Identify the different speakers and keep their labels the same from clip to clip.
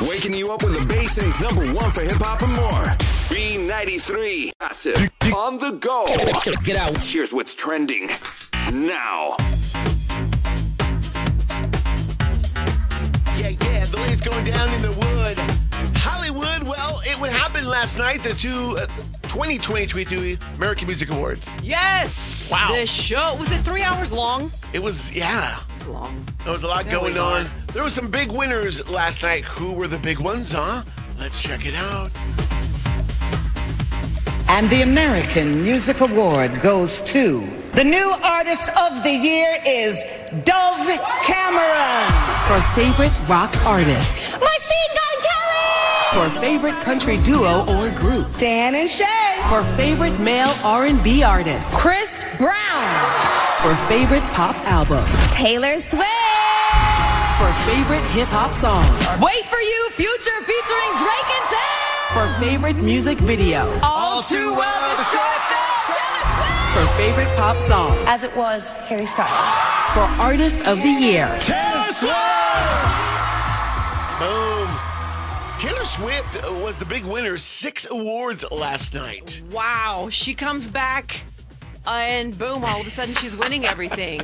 Speaker 1: Waking you up with the basin's number one for hip hop and more. B93 Gossip on the go.
Speaker 2: Get out.
Speaker 1: Here's what's trending now.
Speaker 3: Yeah, yeah, the latest going down in the wood. Hollywood, well, it would happen last night, the two, uh, 2022 American Music Awards.
Speaker 4: Yes.
Speaker 3: Wow.
Speaker 4: The show was it three hours long?
Speaker 3: It was, yeah,
Speaker 4: Long.
Speaker 3: there was a lot
Speaker 4: There
Speaker 3: going
Speaker 4: was a
Speaker 3: on.
Speaker 4: lot.
Speaker 3: There were some big winners last night. Who were the big ones, huh? Let's check it out.
Speaker 5: And the American Music Award goes to the new artist of the year is Dove Cameron.
Speaker 6: for favorite rock artist. Machine Gun Kelly! For favorite country duo or group.
Speaker 5: Dan and Shay.
Speaker 6: For favorite male R&B artist.
Speaker 7: Chris Brown,
Speaker 6: For favorite pop album.
Speaker 7: Taylor Swift,
Speaker 6: For favorite hip hop song.
Speaker 7: Wait for You, Future featuring Drake and Zay,
Speaker 6: For favorite music video.
Speaker 7: All Too Well, the short film, Taylor Swift.
Speaker 6: For favorite pop song.
Speaker 7: As it was, Harry Styles.
Speaker 6: For artist of the year.
Speaker 3: Boom. Taylor Swift uh, was the big winner, six awards last night.
Speaker 4: Wow. She comes back, uh, and boom! All of a sudden, she's winning everything.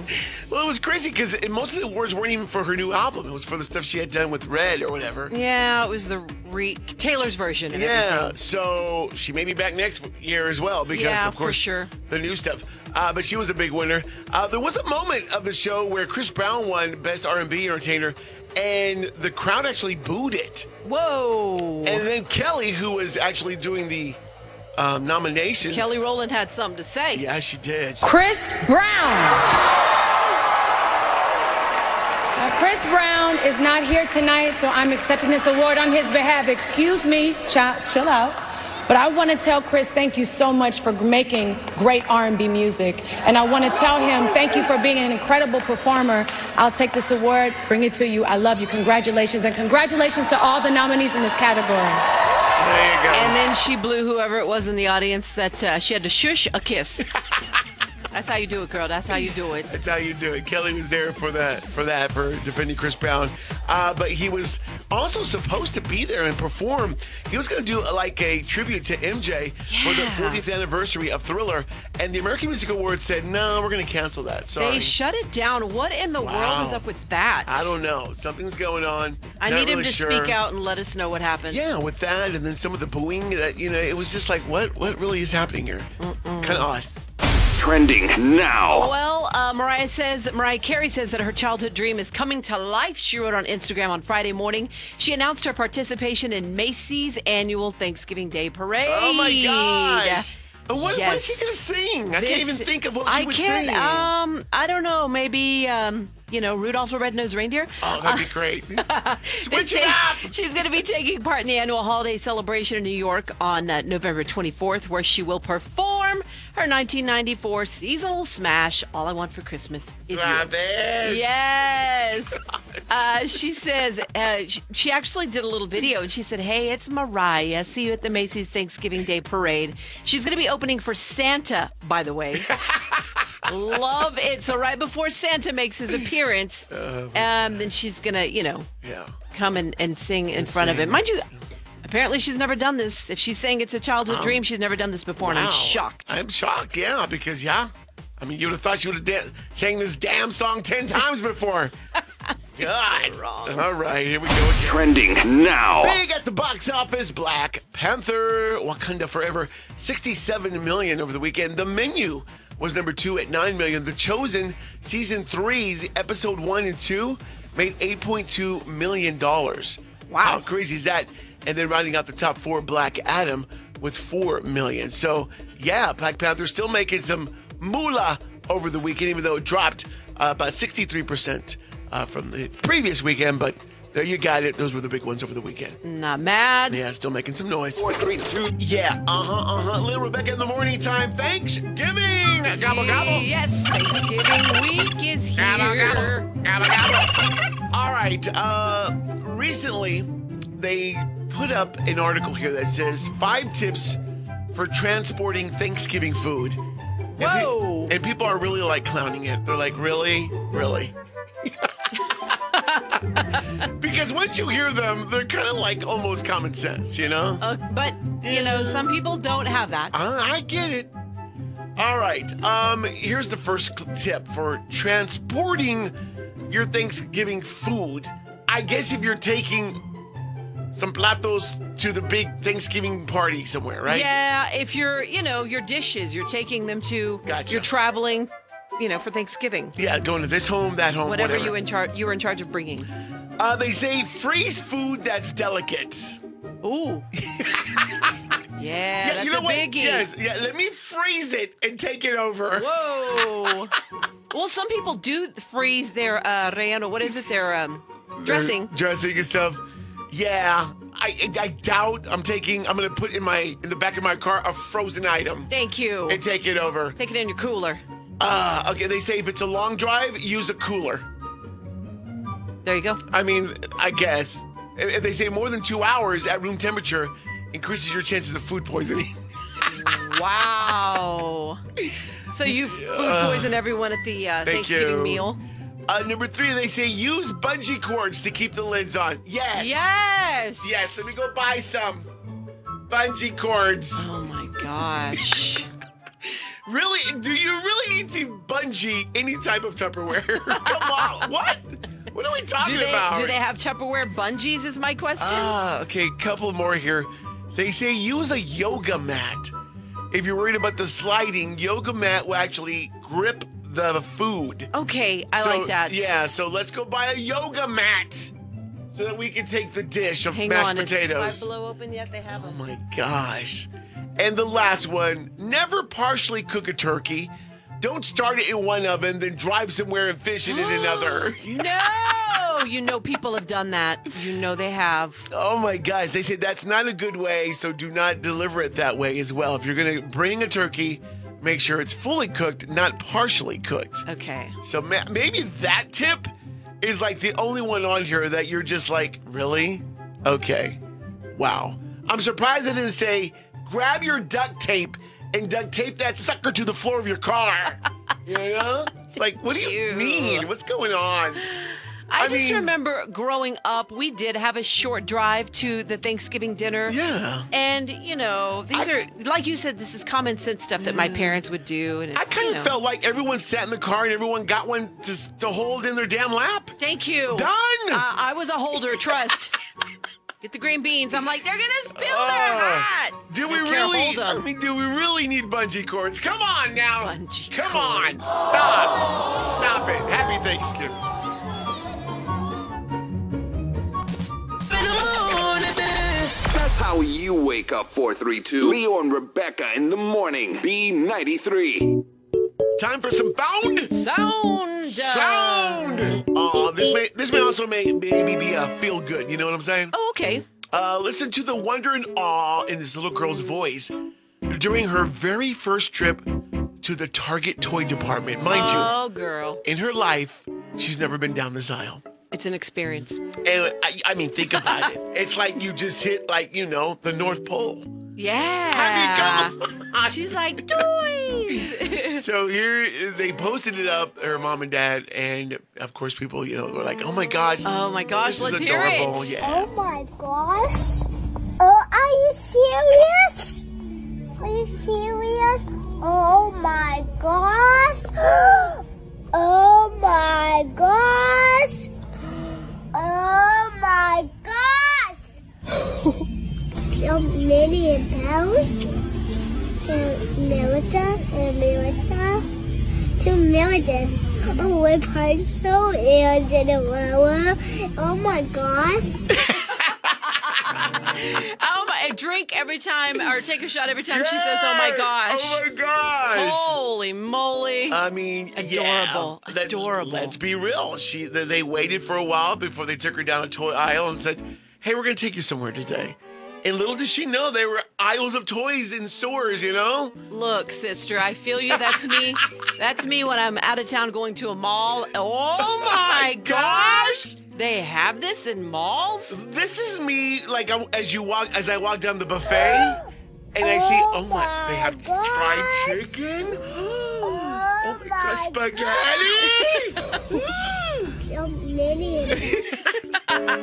Speaker 3: Well, it was crazy because most of the awards weren't even for her new album. It was for the stuff she had done with Red or whatever.
Speaker 4: Yeah, it was the re- Taylor's version. and
Speaker 3: Yeah, so she may be back next year as well because,
Speaker 4: Yeah,
Speaker 3: of
Speaker 4: for
Speaker 3: course,
Speaker 4: sure.
Speaker 3: the new stuff. Uh, but she was a big winner. Uh, there was a moment of the show where Chris Brown won Best R&B Entertainer, and the crowd actually booed it.
Speaker 4: everything. Whoa.
Speaker 3: And then Kelly, who was actually doing the um, nominations,
Speaker 4: Kelly Rowland had something to say.
Speaker 3: Yeah, she did.
Speaker 7: Chris Brown.
Speaker 8: Uh, Chris Brown is not here tonight, so I'm accepting this award on his behalf. Excuse me, chill, chill out. But I want to tell Chris thank you so much for making great R&B music, and I want to tell him thank you for being an incredible performer. I'll take this award, bring it to you. I love you. Congratulations, and congratulations to all the nominees in this category.
Speaker 3: There you go.
Speaker 4: And then she blew whoever it was in the audience that uh, she had to shush a kiss. That's how you do it, girl. That's how you do it.
Speaker 3: That's how you do it. Kelly was there for that, for that, for defending Chris Brown. Uh, but he was also supposed to be there and perform. He was going to do uh, like a tribute to MJ for the
Speaker 4: Yeah.
Speaker 3: 40th anniversary of Thriller, and the American Music Awards said, "No, we're going to cancel that." Sorry.
Speaker 4: They shut it down. What in the world is
Speaker 3: Wow.
Speaker 4: up with that?
Speaker 3: I don't know. Something's going on.
Speaker 4: I
Speaker 3: Not
Speaker 4: need him
Speaker 3: really
Speaker 4: to
Speaker 3: sure.
Speaker 4: speak out and let us know what happened.
Speaker 3: Yeah, with that, and then some of the booing. That you know, it was just like, what? What really is happening here? Kind of odd.
Speaker 1: Trending now.
Speaker 4: Well, uh, Mariah says Mariah Carey says that her childhood dream is coming to life. She wrote on Instagram on Friday morning. She announced her participation in Macy's annual Thanksgiving Day parade.
Speaker 3: Oh my gosh! And what, what is
Speaker 4: Yes.
Speaker 3: she going to sing? I
Speaker 4: This-
Speaker 3: can't even think of what she
Speaker 4: I
Speaker 3: would
Speaker 4: can't,
Speaker 3: sing.
Speaker 4: Um, I don't know. Maybe um, you know Rudolph the Red-Nosed Reindeer.
Speaker 3: Oh, that'd be great. Switch it
Speaker 4: Take-
Speaker 3: up.
Speaker 4: She's going to be taking part in the annual holiday celebration in New York on uh, November 24th, where she will perform her 1994 seasonal smash, All I Want for Christmas Is You.
Speaker 3: Travis.
Speaker 4: Yes. Uh, she says uh, she, she actually did a little video and she said, Hey, it's Mariah. See you at the Macy's Thanksgiving Day Parade. She's going to be opening for Santa, by the way. Love it. So, right before Santa makes his appearance,
Speaker 3: Oh,
Speaker 4: um, then she's going to, you know,
Speaker 3: Yeah.
Speaker 4: come and, and sing in front of
Speaker 3: sing.
Speaker 4: him. Mind you, apparently she's never done this. If she's saying it's a childhood dream, she's never done this before, and
Speaker 3: Oh. Wow.
Speaker 4: I'm shocked.
Speaker 3: I'm shocked, yeah, because, yeah. I mean, you would have thought she would have da- sang this damn song 10 times before. God. All right, here we go again.
Speaker 1: Trending now.
Speaker 3: Big at the box office, Black Panther, Wakanda Forever, 67 million over the weekend. The menu was number two at 9 million. The Chosen season three's episode one and two made 8.2 million dollars. Wow. How crazy is that? And then rounding out the top four, Black Adam with four million. So yeah, Black Panther still making some moolah over the weekend, even though it dropped uh, about 63% uh, from the previous weekend, but there you got it. Those were the big ones over the weekend.
Speaker 4: Not uh, mad.
Speaker 3: Yeah, still making some noise.
Speaker 1: Four, three, two.
Speaker 3: Yeah, uh huh, uh huh. Little Rebecca in the morning time. Thanksgiving. Gobble gobble.
Speaker 4: Yes, Thanksgiving week is here.
Speaker 3: All right. Uh, recently, they put up an article here that says five tips for transporting Thanksgiving food. And pe-
Speaker 4: Whoa.
Speaker 3: and people are really like clowning it. They're like, really, really. because once you hear them, they're kind of like almost common sense, you know?
Speaker 4: Uh, but you know, some people don't have that.
Speaker 3: I, I get it. All right. Um, here's the first cl- tip for transporting your Thanksgiving food. I guess if you're taking some platos to the big Thanksgiving party somewhere, right?
Speaker 4: Yeah, if you're, you know, your dishes, you're taking them to.
Speaker 3: Gotcha.
Speaker 4: You're traveling, you know, for Thanksgiving.
Speaker 3: Yeah, going to this home, that home,
Speaker 4: Whatever,
Speaker 3: whatever.
Speaker 4: you in charge, you were in charge of bringing.
Speaker 3: uh, they say freeze food that's delicate.
Speaker 4: Ooh. yeah, that's a biggie.
Speaker 3: Yes, yeah, let me freeze it and take it over.
Speaker 4: Whoa. well, some people do freeze their uh, relleno. What is it? Their um, dressing.
Speaker 3: Or dressing and stuff. Yeah, I, I doubt I'm taking. I'm gonna put in my in the back of my car a frozen item
Speaker 4: Thank you.
Speaker 3: and take it over.
Speaker 4: Take it in your cooler.
Speaker 3: Uh, okay, they say if it's a long drive, use a cooler.
Speaker 4: There you go.
Speaker 3: I mean, I guess If- if they say more than two hours at room temperature increases your chances of food poisoning.
Speaker 4: Wow. so you food poison everyone at the uh,
Speaker 3: Uh. Thank
Speaker 4: Thanksgiving
Speaker 3: you.
Speaker 4: meal.
Speaker 3: Uh, number three, they say use bungee cords to keep the lids on. Yes.
Speaker 4: Yes.
Speaker 3: Yes. Let me go buy some bungee cords.
Speaker 4: Oh my gosh.
Speaker 3: Really? Do you really need to bungee any type of Tupperware? Come on. What? What are we talking
Speaker 4: do they
Speaker 3: about?
Speaker 4: do they have Tupperware bungees? Is my question.
Speaker 3: Ah, okay, couple more here. They say use a yoga mat. If you're worried about the sliding, yoga mat will actually grip the food.
Speaker 4: okay, I
Speaker 3: So,
Speaker 4: like that.
Speaker 3: Yeah, so let's go buy a yoga mat so that we can take the dish of
Speaker 4: Hang
Speaker 3: mashed
Speaker 4: on. Is
Speaker 3: potatoes.
Speaker 4: Five Below open yet? They have them.
Speaker 3: Oh my gosh. And the last one never partially cook a turkey. Don't start it in one oven, then drive somewhere and fish it in another.
Speaker 4: No, you know people have done that. You know they have.
Speaker 3: Oh my gosh. They say that's not a good way, so do not deliver it that way as well. If you're going to bring a turkey, make sure it's fully cooked, not partially cooked.
Speaker 4: Okay.
Speaker 3: So ma- maybe that tip is like the only one on here that you're just like, really? Okay. Wow. I'm surprised they didn't say, grab your duct tape and duct tape that sucker to the floor of your car. you know? It's like, what do you
Speaker 4: Ew.
Speaker 3: mean? What's going on?
Speaker 4: I,
Speaker 3: I
Speaker 4: just
Speaker 3: mean-
Speaker 4: remember growing up, we did have a short drive to the Thanksgiving dinner.
Speaker 3: Yeah.
Speaker 4: And, you know, these
Speaker 3: I-
Speaker 4: are, like you said, this is common sense stuff that my parents would do. And
Speaker 3: I
Speaker 4: it's,
Speaker 3: kind
Speaker 4: you
Speaker 3: of
Speaker 4: know.
Speaker 3: felt like everyone sat in the car and everyone got one to, s- to hold in their damn lap.
Speaker 4: Thank you.
Speaker 3: Done!
Speaker 4: Uh, I was a holder, trust. Get the green beans. I'm like, they're going to spill their
Speaker 3: Oh.
Speaker 4: hot.
Speaker 3: Do
Speaker 4: Don't
Speaker 3: we
Speaker 4: care,
Speaker 3: really?
Speaker 4: Hold
Speaker 3: I
Speaker 4: 'em.
Speaker 3: mean, do we really need bungee cords? Come on now!
Speaker 4: Bungee
Speaker 3: Come on! Stop! Stop it! Happy Thanksgiving!
Speaker 1: That's how you wake up 432. Leo and Rebecca in the morning. B93.
Speaker 3: Time for some found
Speaker 4: Sound.
Speaker 3: sound. Oh, this may this may also may maybe be a feel good. You know what I'm saying?
Speaker 4: Oh, okay.
Speaker 3: Uh, listen to the wonder and awe in this little girl's voice during her very first trip to the Target toy department. Mind
Speaker 4: Oh, girl.
Speaker 3: you, in her life, she's never been down this aisle.
Speaker 4: It's an experience.
Speaker 3: And I, I mean, think about it. It's like you just hit, like, you know, the North Pole.
Speaker 4: Yeah.
Speaker 3: I mean, come on.
Speaker 4: She's like, toys.
Speaker 3: so here they posted it up, her mom and dad, and of course, people, you know, were like, oh my gosh.
Speaker 4: oh, my gosh.
Speaker 3: this
Speaker 4: let's
Speaker 3: is adorable.
Speaker 4: hear it.
Speaker 3: Yeah.
Speaker 2: Oh my gosh. Oh, are you serious? Are you serious? Oh my gosh. Oh my gosh. Oh my gosh. so many bells. And Melita and Melita. Two Oh, marriages. A whip pencil and an umbrella. Oh my gosh.
Speaker 4: Oh my! I drink every time or take a shot every time she says, "Oh my
Speaker 3: Yay!
Speaker 4: gosh!"
Speaker 3: Oh my gosh.
Speaker 4: Holy moly!
Speaker 3: I mean, yeah.
Speaker 4: Adorable. Adorable.
Speaker 3: Let's be real. She they- they waited for a while before they took her down a toy aisle and said, "Hey, we're gonna take you somewhere today." And little did she know there were aisles of toys in stores. You know,
Speaker 4: Look, sister, I feel you. That's me. That's me when I'm out of town going to a mall. Oh my gosh! They have this in malls.
Speaker 3: this is me. Like I'm, as you walk, as I walk down the buffet, and I see,
Speaker 2: Oh
Speaker 3: oh my, they
Speaker 2: my
Speaker 3: have
Speaker 2: gosh.
Speaker 3: fried chicken.
Speaker 2: Oh
Speaker 3: my gosh,
Speaker 2: my
Speaker 3: spaghetti!
Speaker 2: So many.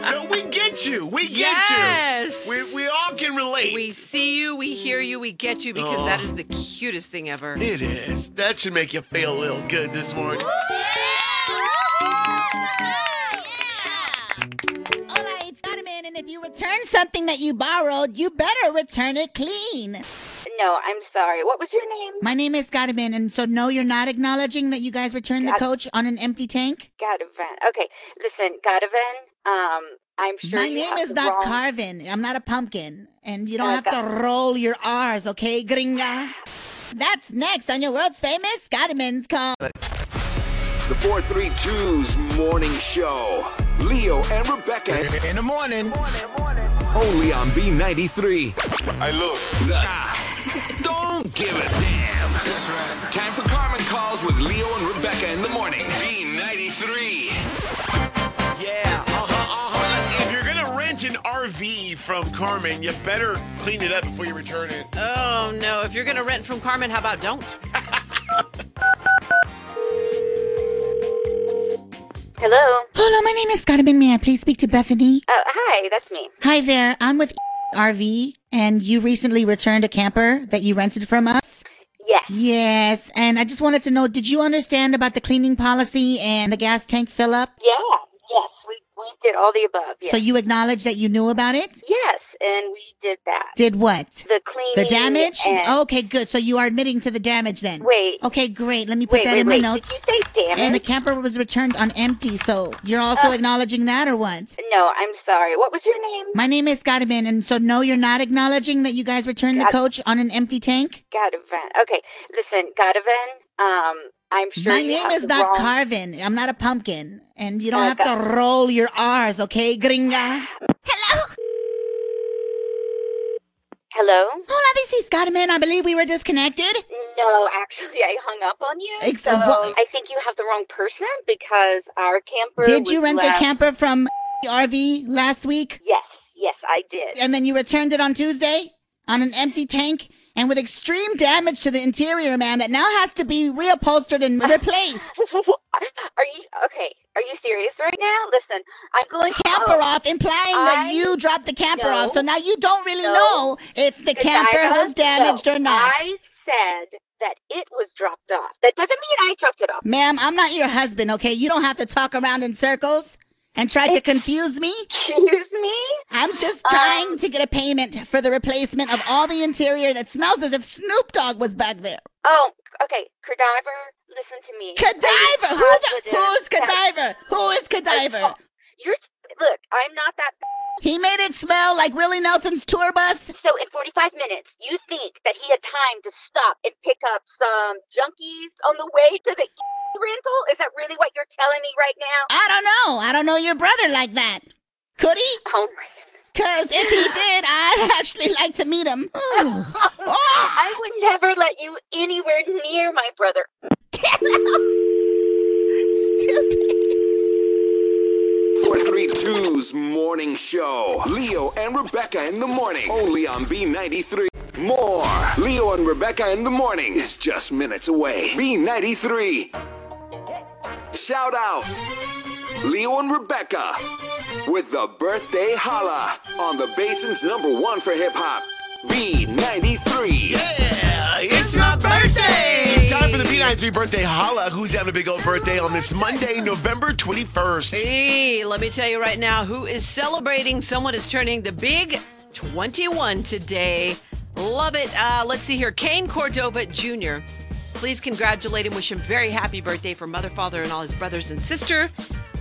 Speaker 3: So we get you. We get
Speaker 4: Yes.
Speaker 3: you. We, we all can relate.
Speaker 4: We see you, we hear you, we get you because that is the cutest thing ever.
Speaker 3: it is. That should make you feel a little good this morning.
Speaker 2: Hola, it's Carmen, and if you return something that you borrowed, you better return it clean.
Speaker 9: No, I'm sorry. What was your name?
Speaker 2: My name is Carmen, and so no, you're not acknowledging that you guys returned the coach on an empty tank?
Speaker 9: Godovan. Okay, listen, Godovan. Um, I'm sure.
Speaker 2: My
Speaker 9: you
Speaker 2: name
Speaker 9: have
Speaker 2: is
Speaker 9: the
Speaker 2: not
Speaker 9: wrong- Oh,
Speaker 2: Carvin. I'm not a pumpkin. And you don't have to roll your R's, okay, gringa? That's next on your world's famous Carmen's Call.
Speaker 1: The 432's morning show. Leo and Rebecca
Speaker 10: In the morning.
Speaker 1: only on B93.
Speaker 10: I look.
Speaker 1: The- don't give a damn. That's right. Time for Carmen Calls with Leo and Rebecca in the morning. B93.
Speaker 3: Yeah. Uh-huh, uh-huh. If you're gonna rent an RV from Carmen, you better clean it up before you return it.
Speaker 4: Oh no, if you're gonna rent from Carmen, how about don't?
Speaker 9: Hello.
Speaker 2: Hello, my name is Carmen. May I please speak to Bethany?
Speaker 9: Oh, hi. That's me.
Speaker 2: Hi there. I'm with RV, and you recently returned a camper that you rented from us.
Speaker 9: Yes.
Speaker 2: Yes, and I just wanted to know did you understand about the cleaning policy and the gas tank fill up?
Speaker 9: Yeah. Yes. We we did all the above. Yes.
Speaker 2: So you acknowledge that you knew about it?
Speaker 9: yes, and we did that.
Speaker 2: Did what?
Speaker 9: the cleaning.
Speaker 2: The damage?
Speaker 9: and-
Speaker 2: okay, good. So you are admitting to the damage then?
Speaker 9: Wait.
Speaker 2: Okay, great. Let me put
Speaker 9: Wait,
Speaker 2: that
Speaker 9: wait,
Speaker 2: in
Speaker 9: wait.
Speaker 2: my notes.
Speaker 9: Did you say damage? Uh.
Speaker 2: And the camper was returned on empty, so you're also acknowledging that or what?
Speaker 9: no, I'm sorry. What was your name?
Speaker 2: My name is Garmin, and so no, you're not acknowledging that you guys returned the coach on an empty tank?
Speaker 9: Godovan. Okay, listen, Godovan. Um, I'm sure.
Speaker 2: My
Speaker 9: you
Speaker 2: name
Speaker 9: have
Speaker 2: is
Speaker 9: the
Speaker 2: not
Speaker 9: wrong-
Speaker 2: Carvin. I'm not a pumpkin. And you don't
Speaker 9: Uh,
Speaker 2: have to roll your R's, okay, gringa? Hello?
Speaker 9: Hello.
Speaker 2: Hola, this is Carmen. I believe we were disconnected.
Speaker 9: No, actually, I hung up on you.
Speaker 2: Ex-
Speaker 9: so
Speaker 2: what-
Speaker 9: I think you have the wrong person because our camper.
Speaker 2: Did you
Speaker 9: was
Speaker 2: rent
Speaker 9: left-
Speaker 2: a camper from RV last week?
Speaker 9: Yes, yes, I did.
Speaker 2: And then you returned it on Tuesday on an empty tank and with extreme damage to the interior, man, that now has to be reupholstered and replaced.
Speaker 9: Are you okay? Are you serious right now? Listen, I'm going to
Speaker 2: Camper
Speaker 9: oh,
Speaker 2: off, implying that
Speaker 9: I-
Speaker 2: you dropped the camper off. So
Speaker 9: No.
Speaker 2: now you don't really
Speaker 9: No.
Speaker 2: know if the camper
Speaker 9: Godiva,
Speaker 2: was damaged
Speaker 9: no,
Speaker 2: or not.
Speaker 9: I said that it was dropped off. That doesn't mean I dropped it off.
Speaker 2: Ma'am, I'm not your husband, okay? You don't have to talk around in circles and try to confuse me.
Speaker 9: Excuse me.
Speaker 2: I'm just trying to get a payment for the replacement of all the interior that smells as if Snoop Dogg was back there.
Speaker 9: Oh, okay. Cadaver, listen to me.
Speaker 2: Cadaver! Who the,
Speaker 9: I'm positive
Speaker 2: who's
Speaker 9: that-
Speaker 2: cadaver? Who is cadaver?
Speaker 9: You're look. I'm not that.
Speaker 2: He made it smell like Willie Nelson's tour bus.
Speaker 9: So in 45 minutes, you think that he had time to stop and pick up some junkies on the way to the rental? Is that really what you're telling me right now?
Speaker 2: I don't know. I don't know your brother like that. Could he?
Speaker 9: Oh my.
Speaker 2: Because if he did, I'd actually like to meet him. Oh.
Speaker 9: I would never let you anywhere near my brother.
Speaker 2: Stupid.
Speaker 1: 432's morning show. Leo and Rebecca in the morning. Only on B93. More. Leo and Rebecca in the morning is just minutes away. B93. Shout out. Leo and Rebecca with the birthday holla on the basin's number one for hip hop. B93.
Speaker 3: Yeah, it's my birthday! Time for the B93 birthday holla. Who's having a big old birthday on this Monday, November 21st?
Speaker 4: Hey, let me tell you right now who is celebrating. Someone is turning the big 21 today. Love it. Uh, let's see here. Kane Cordova Jr. Please congratulate him. Wish him very happy birthday for mother, father, and all his brothers and sister.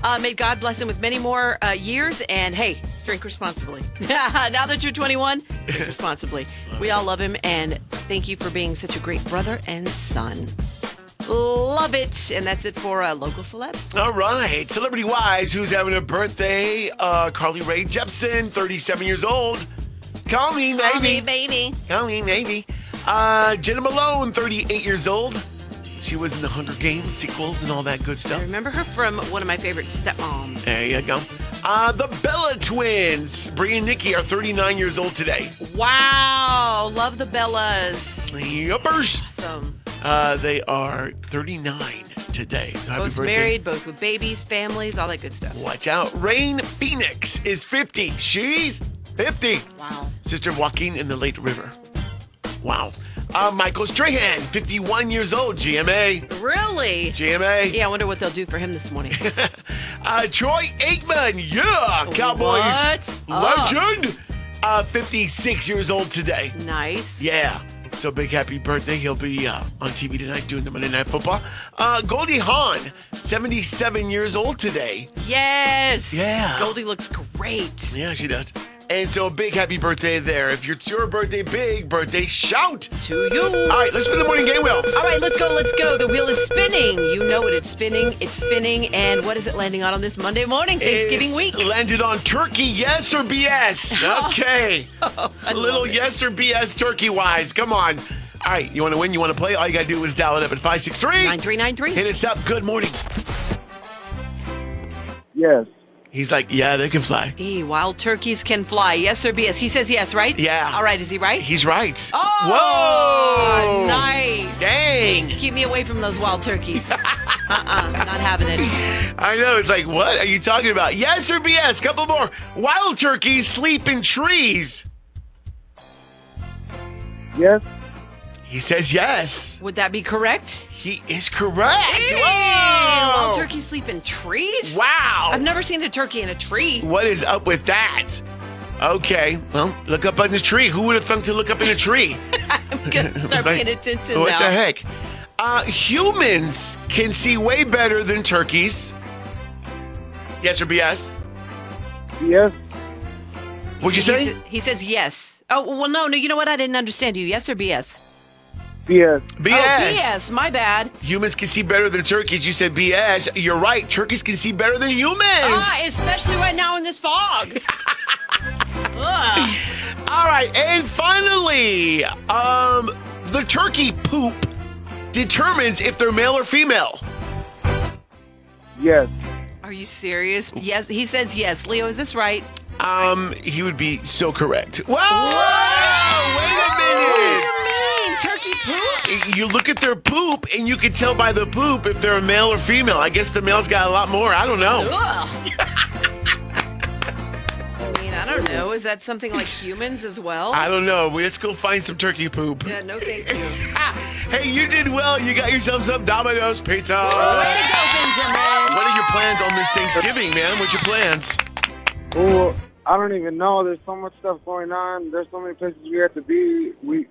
Speaker 4: Uh, may God bless him with many more uh, years. And hey, drink responsibly. now that you're 21, drink responsibly. We all love him. And thank you for being such a great brother and son. Love it. And that's it for uh, local celebs.
Speaker 3: All right, celebrity wise, who's having a birthday? Uh, Carly Rae Jepsen, 37 years old. Call me, maybe.
Speaker 4: Call me baby.
Speaker 3: Call me, maybe. Uh, Jenna Malone, 38 years old. She was in the Hunger Games sequels and all that good stuff.
Speaker 4: I remember her from one of my favorite stepmoms.
Speaker 3: There you go. Uh, the Bella twins, Brie and Nikki, are 39 years old today.
Speaker 4: Wow, love the Bellas.
Speaker 3: Yuppers.
Speaker 4: Awesome.
Speaker 3: Uh, they are 39 today. So happy
Speaker 4: Both
Speaker 3: birthday.
Speaker 4: married, both with babies, families, all that good stuff.
Speaker 3: Watch out. Rain Phoenix is 50. She's 50.
Speaker 4: Wow.
Speaker 3: Sister Joaquin in the Late River. Wow. Uh, Michael Strahan, 51 years old, GMA.
Speaker 4: Really?
Speaker 3: GMA.
Speaker 4: Yeah, I wonder what they'll do for him this morning.
Speaker 3: Uh, Troy Aikman, yeah, Cowboys
Speaker 4: What? Oh.
Speaker 3: legend. Uh, 56 years old today.
Speaker 4: nice.
Speaker 3: Yeah. So big happy birthday. He'll be uh, on TV tonight doing the Monday Night Football. Uh, Goldie Hawn, 77 years old today.
Speaker 4: Yes.
Speaker 3: Yeah.
Speaker 4: Goldie looks great.
Speaker 3: Yeah, she does. And so big happy birthday there. If it's your birthday, big birthday, shout.
Speaker 4: To you.
Speaker 3: All right, let's spin the morning game wheel.
Speaker 4: All right, let's go, let's go. The wheel is spinning. You know it. It's spinning. It's spinning. And what is it landing on on this Monday morning, Thanksgiving
Speaker 3: It's
Speaker 4: week? Oh,
Speaker 3: Landed on turkey, yes or BS? Okay. A little yes or BS turkey wise. Come on. All right, you want to win? You want to play? All you got to do is dial it up at 563.
Speaker 4: 9393.
Speaker 3: Hit us up. Good morning.
Speaker 10: Yes.
Speaker 3: He's like, yeah, they can fly.
Speaker 4: Hey, wild turkeys can fly. Yes or BS? He says yes, right?
Speaker 3: Yeah.
Speaker 4: All right, is he right?
Speaker 3: He's right.
Speaker 4: Oh,
Speaker 3: Whoa.
Speaker 4: nice.
Speaker 3: Dang.
Speaker 4: Keep me away from those wild turkeys. uh uh, not having it.
Speaker 3: I know. It's like, what are you talking about? Yes or BS? Couple more. Wild turkeys sleep in trees.
Speaker 10: Yes.
Speaker 3: He says yes.
Speaker 4: Would that be correct?
Speaker 3: He is correct.
Speaker 4: Hey,
Speaker 3: Whoa.
Speaker 4: Wild turkeys sleep in trees?
Speaker 3: Oh. Wow.
Speaker 4: I've never seen a turkey in a tree.
Speaker 3: What is up with that? Okay, well, look up in the tree. Who would have thunk to look up in a tree?
Speaker 4: I'm going to
Speaker 3: It's
Speaker 4: start
Speaker 3: like,
Speaker 4: paying attention
Speaker 3: What
Speaker 4: now.
Speaker 3: the heck? Uh, humans can see way better than turkeys. Yes or BS?
Speaker 10: Yes.
Speaker 3: What'd you
Speaker 4: He,
Speaker 3: say?
Speaker 4: sa- he says yes. Oh, well, no, no. You know what? I didn't understand you. Yes or BS?
Speaker 10: Yes.
Speaker 3: BS.
Speaker 4: Oh, BS. My bad.
Speaker 3: Humans can see better than turkeys. You said BS. You're right. Turkeys can see better than humans.
Speaker 4: Ah, especially right now in this fog. Ugh.
Speaker 3: All right, and finally, um, the turkey poop determines if they're male or female.
Speaker 10: Yes.
Speaker 4: Are you serious? Yes. He says yes. Leo, is this right?
Speaker 3: Um, he would be so correct. Whoa! Wait
Speaker 4: mean? Turkey poop?
Speaker 3: a minute! You look at their poop, and you can tell by the poop if they're a male or female. I guess the male's got a lot more. I don't know.
Speaker 4: Ugh. I mean, I don't know. Is that something like humans as well?
Speaker 3: I don't know. Let's go find some turkey poop.
Speaker 4: yeah, no thank you. Way to
Speaker 3: Hey, you did well. You got yourself some Domino's pizza.
Speaker 4: go, Benjamin.
Speaker 3: What are your plans on this Thanksgiving, man? What's your plans?
Speaker 10: Oh, I don't even know. There's so much stuff going on. There's so many places we have to be. We,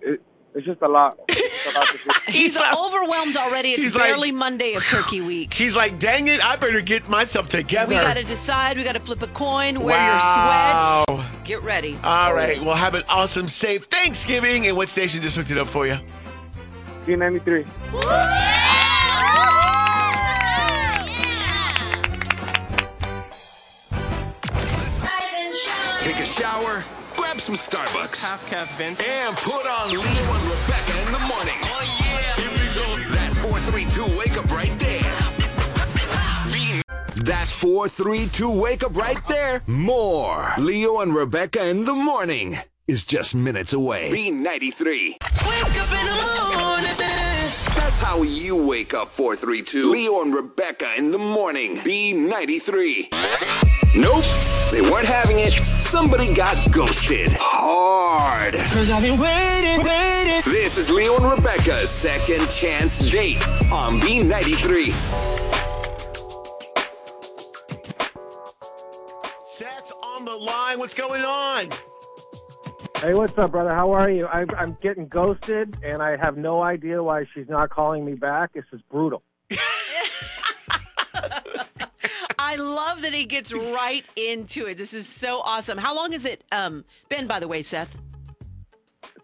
Speaker 10: it, it's just a lot. It's a lot to do.
Speaker 4: He's,
Speaker 3: like-
Speaker 4: overwhelmed already. It's
Speaker 3: he's like-
Speaker 4: barely Monday of Turkey Week.
Speaker 3: He's like, dang it, I better get myself together.
Speaker 4: We got to decide. We got to flip a coin. Wear
Speaker 3: Wow.
Speaker 4: your sweats. Get ready.
Speaker 3: All right. Well, have an awesome, safe Thanksgiving. And what station just hooked it up for you?
Speaker 10: B93.
Speaker 1: Take a shower, grab some Starbucks, half cap venti, and put on Leo and Rebecca in the morning. Oh yeah, here we go. That's four three two wake up right there. Be- That's four three two wake up right there. More Leo and Rebecca in the morning is just minutes away. B ninety three. That's how you wake up 432. Leo and Rebecca in the morning. B93. Nope, they weren't having it. Somebody got ghosted. Hard.
Speaker 6: Cause I've been waiting, waiting.
Speaker 1: This is Leo and Rebecca's second chance date on B93.
Speaker 3: Seth on the line. What's going on?
Speaker 10: Hey, what's up, brother? How are you? I'm, I'm getting ghosted, and I have no idea why she's not calling me back. This is brutal.
Speaker 4: I love that he gets right into it. This is so awesome. How long has it um, been, by the way, Seth?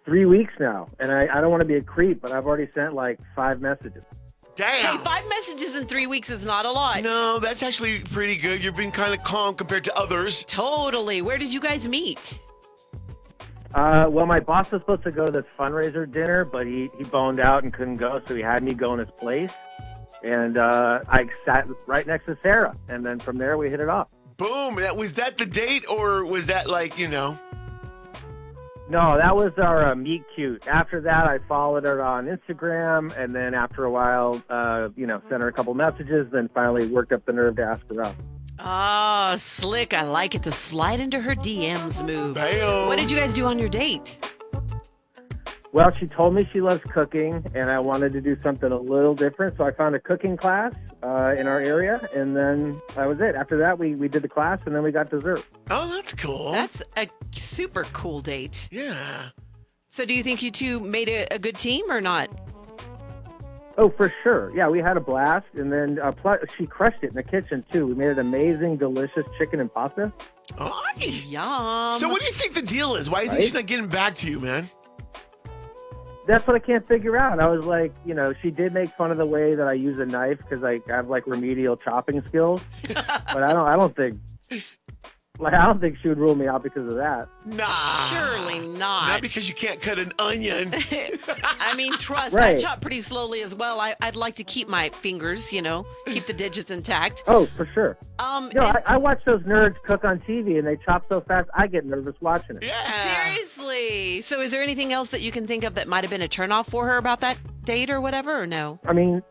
Speaker 10: Three weeks now, and I, I don't want to be a creep, but I've already sent like five messages.
Speaker 3: Damn.
Speaker 4: Hey, five messages in three weeks is not a lot.
Speaker 3: No, that's actually pretty good. You've been kind of calm compared to others.
Speaker 4: Totally. Where did you guys meet?
Speaker 10: Uh, well, my boss was supposed to go to this fundraiser dinner, but he, he boned out and couldn't go, so he had me go in his place. And uh, I sat right next to Sarah, and then from there we hit it off.
Speaker 3: Boom. That was that the date, or was that like you know?
Speaker 10: No, that was our uh, meet cute. After that, I followed her on Instagram, and then after a while, uh, you know, sent her a couple messages. Then finally, worked up the nerve to ask her out.
Speaker 4: Oh, slick. I like it. The slide into her DMs move.
Speaker 3: Bayo.
Speaker 4: What did you guys do on your date?
Speaker 10: Well, she told me she loves cooking, and I wanted to do something a little different. So I found a cooking class uh, in our area, and then that was it. After that, we, we did the class, and then we got dessert.
Speaker 3: Oh, that's cool.
Speaker 4: That's a super cool date.
Speaker 3: Yeah.
Speaker 4: So, do you think you two made a, a good team or not?
Speaker 10: Oh, for sure. Yeah, we had a blast, and then uh, plus she crushed it in the kitchen too. We made an amazing, delicious chicken and pasta.
Speaker 3: Aye.
Speaker 4: Yum.
Speaker 3: So what do you think the deal is? Why do you think she's not getting back to you, man?
Speaker 10: That's what I can't figure out. I was like, you know, she did make fun of the way that I use a knife because I have like remedial chopping skills, but I don't. I don't think. Like I don't think she would rule me out because of that.
Speaker 3: Nah.
Speaker 4: Surely not.
Speaker 3: Not because you can't cut an onion.
Speaker 4: I mean, trust. I
Speaker 10: Right.
Speaker 4: chop pretty slowly as well. I, I'd like to keep my fingers, you know, keep the digits intact.
Speaker 10: Oh, for sure.
Speaker 4: Um,
Speaker 10: No,
Speaker 4: and-
Speaker 10: I, I watch those nerds cook on TV, and they chop so fast, I get nervous watching it.
Speaker 3: yeah.
Speaker 4: seriously. So, is there anything else that you can think of that might have been a turnoff for her about that date or whatever? Or no?
Speaker 10: I mean,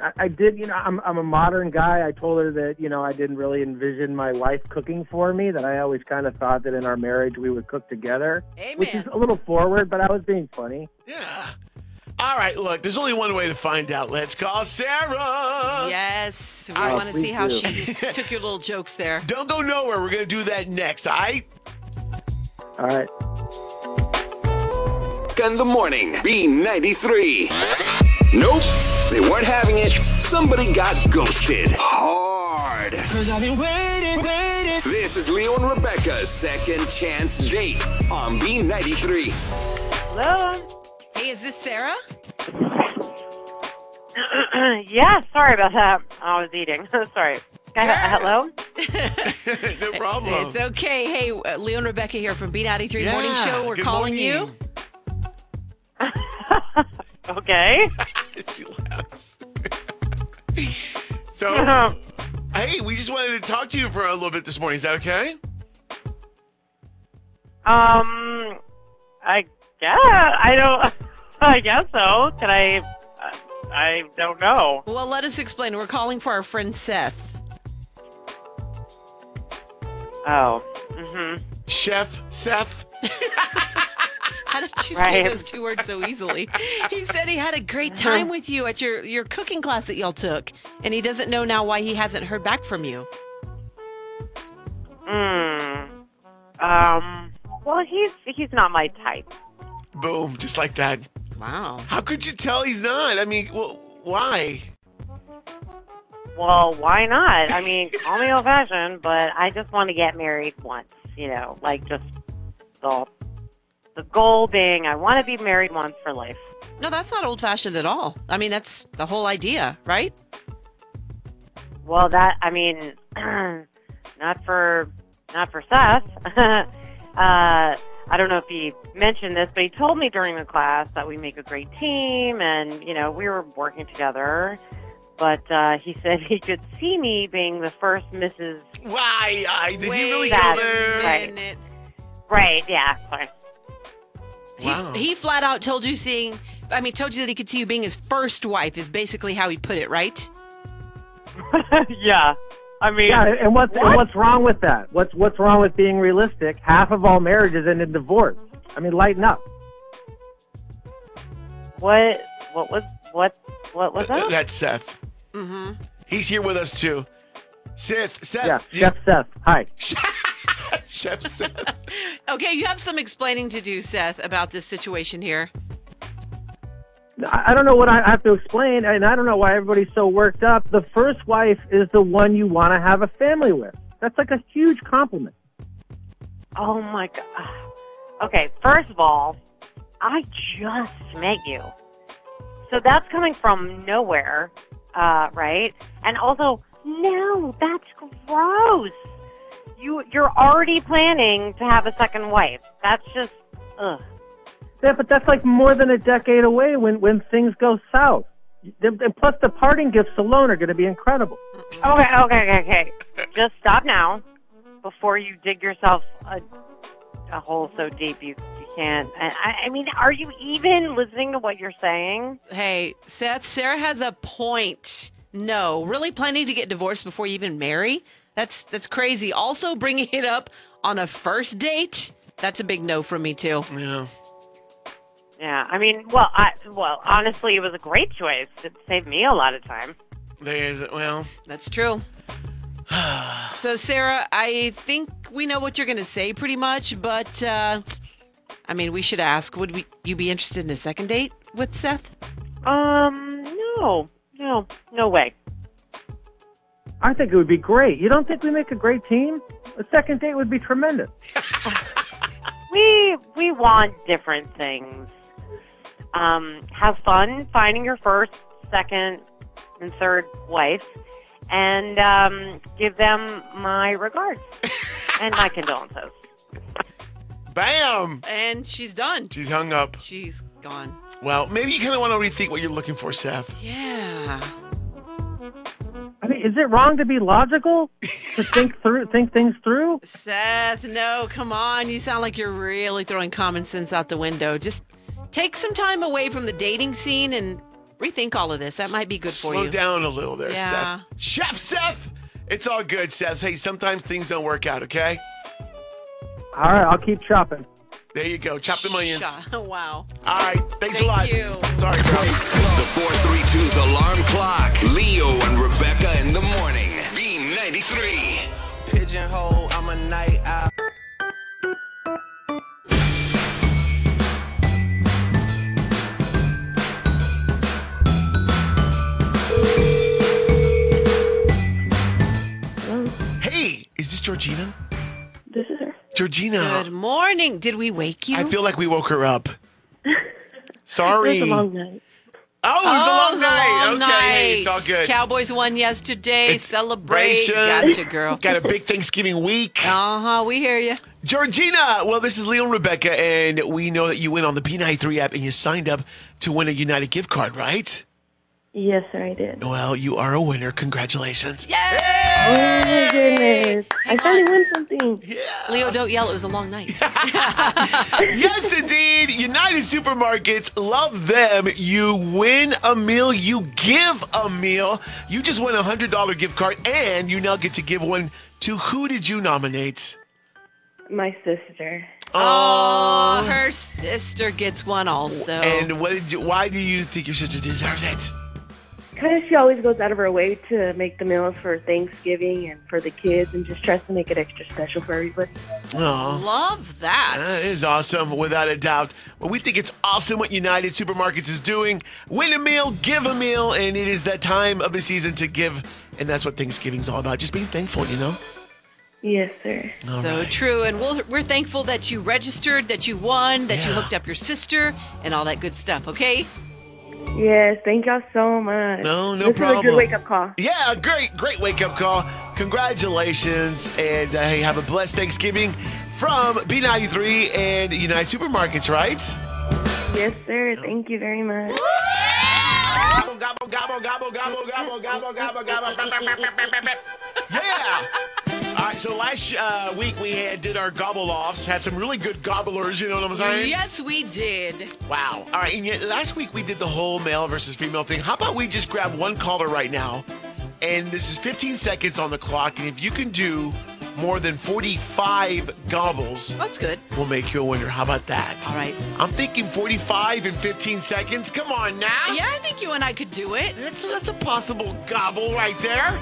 Speaker 10: I, I did, you know, I'm, I'm a modern guy. I told her that, you know, I didn't really envision my wife cooking for me, that I always kind of thought that in our marriage we would cook together, which is
Speaker 4: Amen.
Speaker 10: a little forward, but I was being funny.
Speaker 3: Yeah. All right, look, there's only one way to find out. Let's call Sarah.
Speaker 4: Yes, we
Speaker 10: Oh,
Speaker 4: want to see
Speaker 10: please
Speaker 4: how
Speaker 10: do.
Speaker 4: she took your little jokes there.
Speaker 3: Don't go nowhere. We're going to do that next. All right?
Speaker 10: All right.
Speaker 1: In the morning, B93. Nope, they weren't having it. Somebody got ghosted. Hard. This is Leo and Rebecca's second chance date on B93.
Speaker 11: Hello?
Speaker 4: Hey, is this Sarah?
Speaker 11: yeah, sorry about that. I was eating. sorry. Can I-
Speaker 4: Sure.
Speaker 11: hello?
Speaker 3: no problem.
Speaker 4: It's okay. Hey, uh, Leo and Rebecca here from B93
Speaker 3: Yeah,
Speaker 4: Morning Show. We're
Speaker 3: good
Speaker 4: calling
Speaker 3: morning.
Speaker 11: Okay.
Speaker 3: she laughs. so, hey, we just wanted to talk to you for a little bit this morning. Is that okay?
Speaker 11: um, I guess. I don't. I guess so. Can I? I- I don't know.
Speaker 4: you. Well, let us explain. We're calling for our friend Seth.
Speaker 11: Oh. Mm-hmm.
Speaker 3: Chef Seth.
Speaker 4: How did you say
Speaker 11: Right. Uh-huh.
Speaker 4: those two words so easily? he said he had a great time with you at your, your cooking class that y'all took, and he doesn't know now why he hasn't heard back from you.
Speaker 11: Mm. Um. Well, he's he's not my type.
Speaker 3: Boom, just like that.
Speaker 4: Wow.
Speaker 3: How could you tell he's not? I mean, well, why?
Speaker 11: Well, why not? I mean, call me old fashioned, but I just want to get married once. You know, like just the the goal being I want to be married once for life.
Speaker 4: No, that's not old fashioned at all. I mean, that's the whole idea, right?
Speaker 11: Well, that I mean, not for not for Seth. uh, I don't know if he mentioned this, but he told me during the class that we make a great team, and you know we were working together. But uh, he said he could see me being the first Mrs.
Speaker 3: Why? I, did
Speaker 4: Wait
Speaker 3: he really
Speaker 11: that-
Speaker 3: go there?
Speaker 11: Right.
Speaker 4: a minute.
Speaker 11: Right? Yeah. Sorry.
Speaker 4: He,
Speaker 3: Wow.
Speaker 4: he flat out told you seeing, I mean, told you that he could see you being his first wife is basically how he put it, right?
Speaker 11: yeah. I mean,
Speaker 10: Yeah, and what's and what's wrong with that? What's what's wrong with being realistic? Half of all marriages end in divorce. I mean, lighten up.
Speaker 11: what? What was what? What was
Speaker 3: Uh,
Speaker 11: that?
Speaker 3: That's Seth. Mm-hmm. He's here with us too. Seth, Seth,
Speaker 10: Yeah,
Speaker 3: you-
Speaker 10: Chef Seth. Hi.
Speaker 3: Chef Seth.
Speaker 4: Okay, you have some explaining to do, Seth, about this situation here.
Speaker 10: I I don't know what I have to explain, and I don't know why everybody's so worked up. The first wife is the one you want to have a family with. That's like a huge compliment.
Speaker 11: Oh my god. Okay, first of all, I just met you. So that's coming from nowhere, uh, right? And also, no, that's gross. You you're already planning to have a second wife. That's just ugh.
Speaker 10: Yeah, but that's like more than a decade away when, when things go south. And and plus, the parting gifts alone are going to be incredible.
Speaker 11: Okay, okay, okay, okay. Just stop now before you dig yourself a a hole so deep you, you can't. And I, I mean, are you even listening to what you're saying?
Speaker 4: Hey, Seth, Sarah has a point. No, really planning to get divorced before you even marry? That's that's crazy. Also bringing it up on a first date? That's a big no from me too.
Speaker 3: Yeah.
Speaker 11: Yeah, I mean, well, I, well, honestly, it was a great choice. It saved me a lot of time.
Speaker 3: There's well,
Speaker 4: that's true. So Sarah, I think we know what you're going to say pretty much, but uh, I mean, we should ask: Would we, you be interested in a second date with Seth?
Speaker 11: Um, no, no, no way.
Speaker 10: I think it would be great. You don't think we make a great team? A second date would be tremendous.
Speaker 11: We we want different things. Um, have fun finding your first, second, and third wife, and um, give them my regards and my condolences.
Speaker 3: Bam!
Speaker 4: And she's done.
Speaker 3: She's hung up.
Speaker 4: She's gone.
Speaker 3: Well, maybe you kind of want to rethink what you're looking for, Seth.
Speaker 4: Yeah.
Speaker 10: I mean, is it wrong to be logical? To think through, think things through?
Speaker 4: Seth, no, come on. You sound like you're really throwing common sense out the window. Just take some time away from the dating scene and rethink all of this. That might be good for
Speaker 3: Slow
Speaker 4: you.
Speaker 3: down a little there,
Speaker 4: Yeah.
Speaker 3: Seth. Chef Seth, it's all good, Seth. Hey, sometimes things don't work out. Okay,
Speaker 10: All right, I'll keep chopping.
Speaker 3: there you go. Chop the millions.
Speaker 4: wow.
Speaker 3: All right,
Speaker 4: Thank
Speaker 3: thanks a lot.
Speaker 4: you.
Speaker 3: Sorry, bro.
Speaker 1: The 432's alarm clock. Leo and Rebecca in the morning. B93.
Speaker 12: Pigeonhole, I'm a night owl.
Speaker 3: Hey, is this Georgina?
Speaker 13: This is her.
Speaker 3: Georgina,
Speaker 4: Good morning. Did we wake you?
Speaker 3: I feel like we woke her up. Sorry.
Speaker 13: It was a long night.
Speaker 3: Oh, it was
Speaker 4: Oh,
Speaker 3: a long
Speaker 4: the
Speaker 3: night.
Speaker 4: long
Speaker 3: okay, hey, it's all
Speaker 4: night.
Speaker 3: good.
Speaker 4: Cowboys won yesterday. Celebrate.
Speaker 3: Celebration.
Speaker 4: Gotcha, girl.
Speaker 3: Got a big Thanksgiving week.
Speaker 4: Uh huh. We hear you.
Speaker 3: Georgina, well, this is Leo and Rebecca, and we know that you went on the P93 app and you signed up to win a United gift card, right?
Speaker 13: Yes, sir, I did.
Speaker 3: Well, you are a winner. Congratulations.
Speaker 13: Oh my goodness! I finally won something.
Speaker 4: Leo, don't yell. It was a long night.
Speaker 3: yes, indeed. United Supermarkets, love them. You win a meal, you give a meal. You just won a $100 gift card, and you now get to give one to who did you nominate?
Speaker 13: My sister.
Speaker 4: Oh, her sister gets one also.
Speaker 3: And what did you, why do you think your sister deserves it?
Speaker 13: Kind of, she always goes out of her way to make the meals for Thanksgiving and for the kids, and just tries to make it extra special for everybody.
Speaker 3: Oh.
Speaker 4: Love that.
Speaker 3: That is awesome, without a doubt. Well, we think it's awesome what United Supermarkets is doing. Win a meal, give a meal, and it is that time of the season to give. And that's what Thanksgiving's all about. Just being thankful, you know?
Speaker 13: Yes, sir.
Speaker 3: All
Speaker 4: so
Speaker 3: right.
Speaker 4: true. And we'll, we're thankful that you registered, that you won, that you hooked up your sister, and all that good stuff, okay?
Speaker 13: Yes, thank y'all so much.
Speaker 3: No, no
Speaker 13: this This is a
Speaker 3: problem.
Speaker 13: good wake up call.
Speaker 3: Yeah, great, great wake up call. Congratulations, and uh, hey, have a blessed Thanksgiving from B93 and United Supermarkets, right?
Speaker 13: Yes, sir. Thank you very much.
Speaker 3: Gobble, gobble, gobble, gobble, gobble, gobble, gobble, gobble, gobble, Yeah. All right. So last uh, week we had did our gobble offs. Had some really good gobblers. You know what I'm saying?
Speaker 4: Yes, we did.
Speaker 3: Wow. All right. And yet last week we did the whole male versus female thing. How about we just grab one caller right now? And this is 15 seconds on the clock. And if you can do more than 45 gobbles,
Speaker 4: That's good.
Speaker 3: we'll make you a winner. How about that?
Speaker 4: All right.
Speaker 3: I'm thinking 45 in 15 seconds. Come on now.
Speaker 4: Yeah, I think you and I could do it.
Speaker 3: That's, that's a possible gobble right there.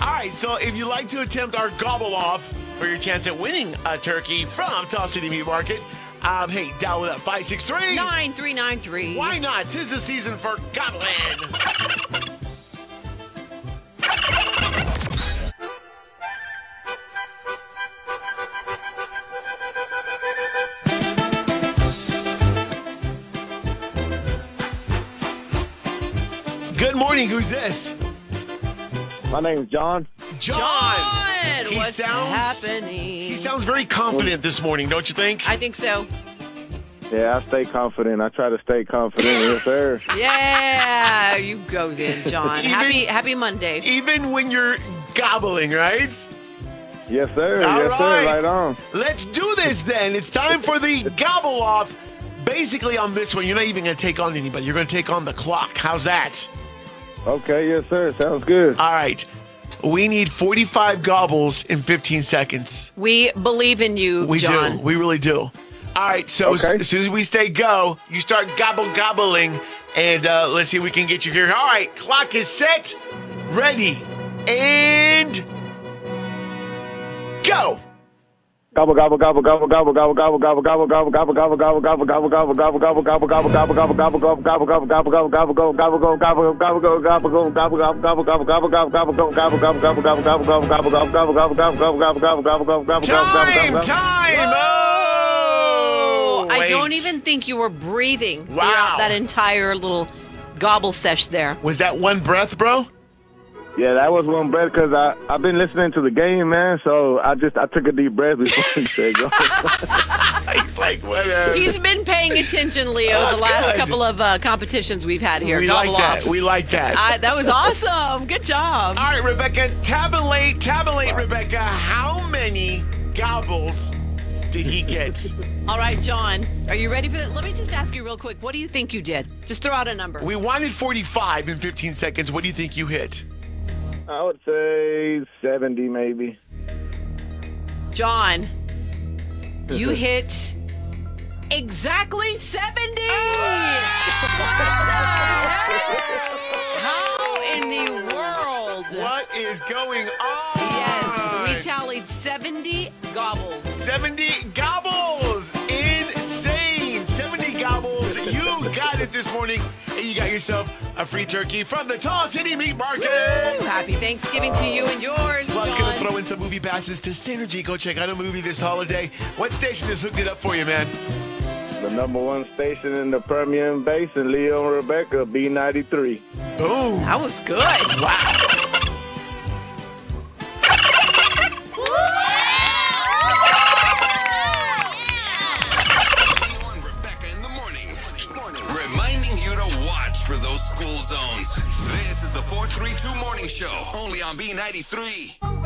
Speaker 3: All right, so if you'd like to attempt our gobble off for your chance at winning a turkey from Tall City Meat Market, um, hey, dial it up 563.
Speaker 4: 9393.
Speaker 3: Why not? Tis the season for gobbling. Good morning. Who's this?
Speaker 14: My name's John.
Speaker 3: John.
Speaker 4: John,
Speaker 3: He
Speaker 4: what's
Speaker 3: sounds-
Speaker 4: happening?
Speaker 3: He sounds very confident this morning, don't you think?
Speaker 4: I think so.
Speaker 14: Yeah, I stay confident. I try to stay confident. yes, sir.
Speaker 4: Yeah, you go then, John.
Speaker 3: Even-
Speaker 4: happy Happy Monday.
Speaker 3: Even when you're gobbling, right?
Speaker 14: Yes, sir.
Speaker 3: All
Speaker 14: yes,
Speaker 3: right.
Speaker 14: sir. Right on.
Speaker 3: Let's do this then. It's time for the gobble off. Basically, on this one, you're not even going to take on anybody. You're going to take on the clock. How's that?
Speaker 14: Okay. Yes, sir. Sounds good.
Speaker 3: All right. We need 45 gobbles in 15 seconds.
Speaker 4: We believe in you,
Speaker 3: We
Speaker 4: John.
Speaker 3: do. We really do. All right. So as-
Speaker 4: Okay.
Speaker 3: as soon as we say go, you start gobble gobbling, and uh, let's see if we can get you here. All right. Clock is set, ready, and go.
Speaker 14: Gobble gobble gobble gobble gobble gobble gobble gobble gobble gobble gobble gobble gobble gobble gobble gobble gobble gobble gobble gobble gobble gobble gobble gobble gobble gobble gobble gobble gobble gobble gobble gobble gobble gobble gobble gobble gobble gobble gobble gobble gobble gobble gobble gobble gobble gobble gobble gobble gobble gobble gobble gobble gobble gobble gobble gobble
Speaker 3: Time, time. Oh,
Speaker 4: I
Speaker 3: wait.
Speaker 4: don't even think you were breathing
Speaker 3: Wow.
Speaker 4: throughout that entire little gobble sesh there.
Speaker 3: Was that one breath, bro?
Speaker 14: Yeah, that was one breath because I I've been listening to the game, man. So I just I took a deep breath before you said go.
Speaker 3: He's like, uh, whatever.
Speaker 4: He's been paying attention, Leo,
Speaker 3: Oh,
Speaker 4: the
Speaker 3: that's
Speaker 4: last
Speaker 3: good.
Speaker 4: couple of uh, competitions we've had here.
Speaker 3: We like
Speaker 4: Gobble
Speaker 3: that.
Speaker 4: offs.
Speaker 3: We like that.
Speaker 4: I, that was awesome. Good job.
Speaker 3: All right, Rebecca, tabulate, tabulate, Rebecca. How many gobbles did he get?
Speaker 4: All right, John, are you ready for that? Let me just ask you real quick. What do you think you did? Just throw out a number.
Speaker 3: we wanted 45 in 15 seconds. What do you think you hit?
Speaker 14: I would say seventy maybe.
Speaker 4: John, you hit exactly 70.
Speaker 3: Oh,
Speaker 4: How in the world?
Speaker 3: What is going on?
Speaker 4: Yes, we tallied 70 gobbles.
Speaker 3: 70 gobbles! Insane! 70 gobbles. You got it this morning, and you got yourself a free turkey from the Tall City Meat Market.
Speaker 4: Woo! Happy Thanksgiving to you and yours.
Speaker 3: Plus,
Speaker 4: John.
Speaker 3: gonna throw in some movie passes to Synergy. Go check out a movie this holiday. What station has hooked it up for you, man?
Speaker 14: The number one station in the Permian Basin, Leo and Rebecca, B93.
Speaker 3: Boom.
Speaker 4: That was good. Wow.
Speaker 1: Reminding you to watch for those school zones. This is the 432 Morning Show, only on B93.